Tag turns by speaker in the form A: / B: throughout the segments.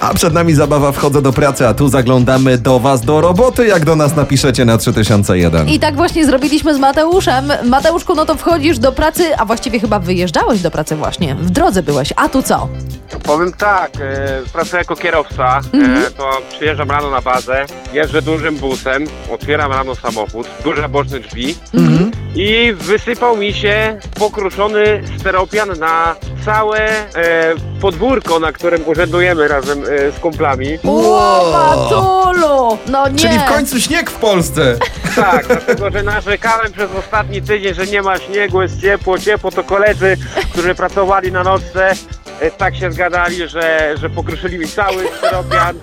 A: A przed nami zabawa Wchodzę do pracy, a tu zaglądamy do Was do roboty, jak do nas napiszecie na 3001.
B: I tak właśnie zrobiliśmy z Mateuszem. Mateuszku, no to wchodzisz do pracy, a właściwie chyba wyjeżdżałeś do pracy właśnie. W drodze byłeś, a tu co?
C: Powiem tak, e, pracuję jako kierowca, e, to przyjeżdżam rano na bazę, jeżdżę dużym busem, otwieram rano samochód, duże boczne drzwi i wysypał mi się pokruszony steropian na całe e, podwórko, na którym urzędujemy razem e, z kumplami.
A: Wow.
B: Ło, Matulu! No nie.
A: Czyli w końcu śnieg w Polsce.
C: Tak, dlatego że narzekałem przez ostatni tydzień, że nie ma śniegu, jest ciepło, ciepło, to koledzy, którzy pracowali na nocce, e, tak się zgadali, że, że pokruszyli mi cały steropian.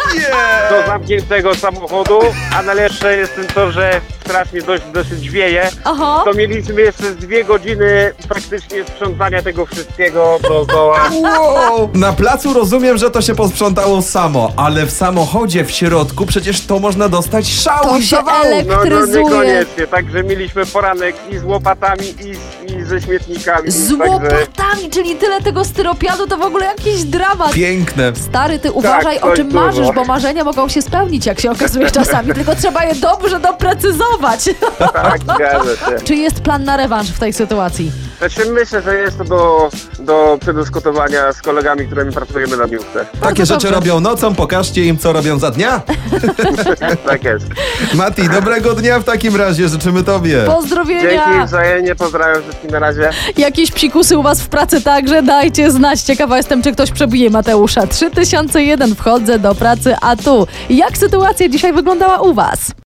C: do zamkniętego samochodu, a najlepsze jest tym to, że strasznie dość, dosyć wieje.
B: Aha.
C: To mieliśmy jeszcze z dwie godziny praktycznie sprzątania tego wszystkiego dookoła.
A: Wow. Na placu rozumiem, że to się posprzątało samo, ale w samochodzie w środku przecież to można dostać szału
B: To
A: i
B: się
A: zawału.
B: elek-
C: No, no
B: Elektryzuje.
C: niekoniecznie, także mieliśmy poranek i z łopatami, i, z, i ze śmietnikami.
A: Tak,
B: Z
C: także...
B: łopatami, czyli tyle tego styropianu, to w ogóle jakiś dramat.
A: Piękne.
B: Stary,
A: Tak,
B: ty uważaj o
C: coś
B: czym
C: było.
B: marzysz, bo marzenia mogą się spełnić, jak się okazuje czasami, tylko trzeba je dobrze doprecyzować.
C: Tak, zgadza się.
B: Czy jest plan na rewanż w tej sytuacji?
C: Znaczy myślę, że jest to do, do przedyskutowania z kolegami, którymi pracujemy na biurce.
A: Takie
B: dobrze.
A: rzeczy robią nocą, pokażcie im, co robią za dnia.
C: Tak jest.
A: Mati, dobrego dnia w takim razie, życzymy tobie.
C: Dzięki
B: Pozdrowienia!
C: wzajemnie, pozdrawiam wszystkich na razie.
B: Jakieś psikusy u was w pracy także? Dajcie znać. Ciekawa jestem, czy ktoś przebije Mateusza. 3001 wchodzę do pracy, a tu. Jak sytuacja dzisiaj wyglądała u was?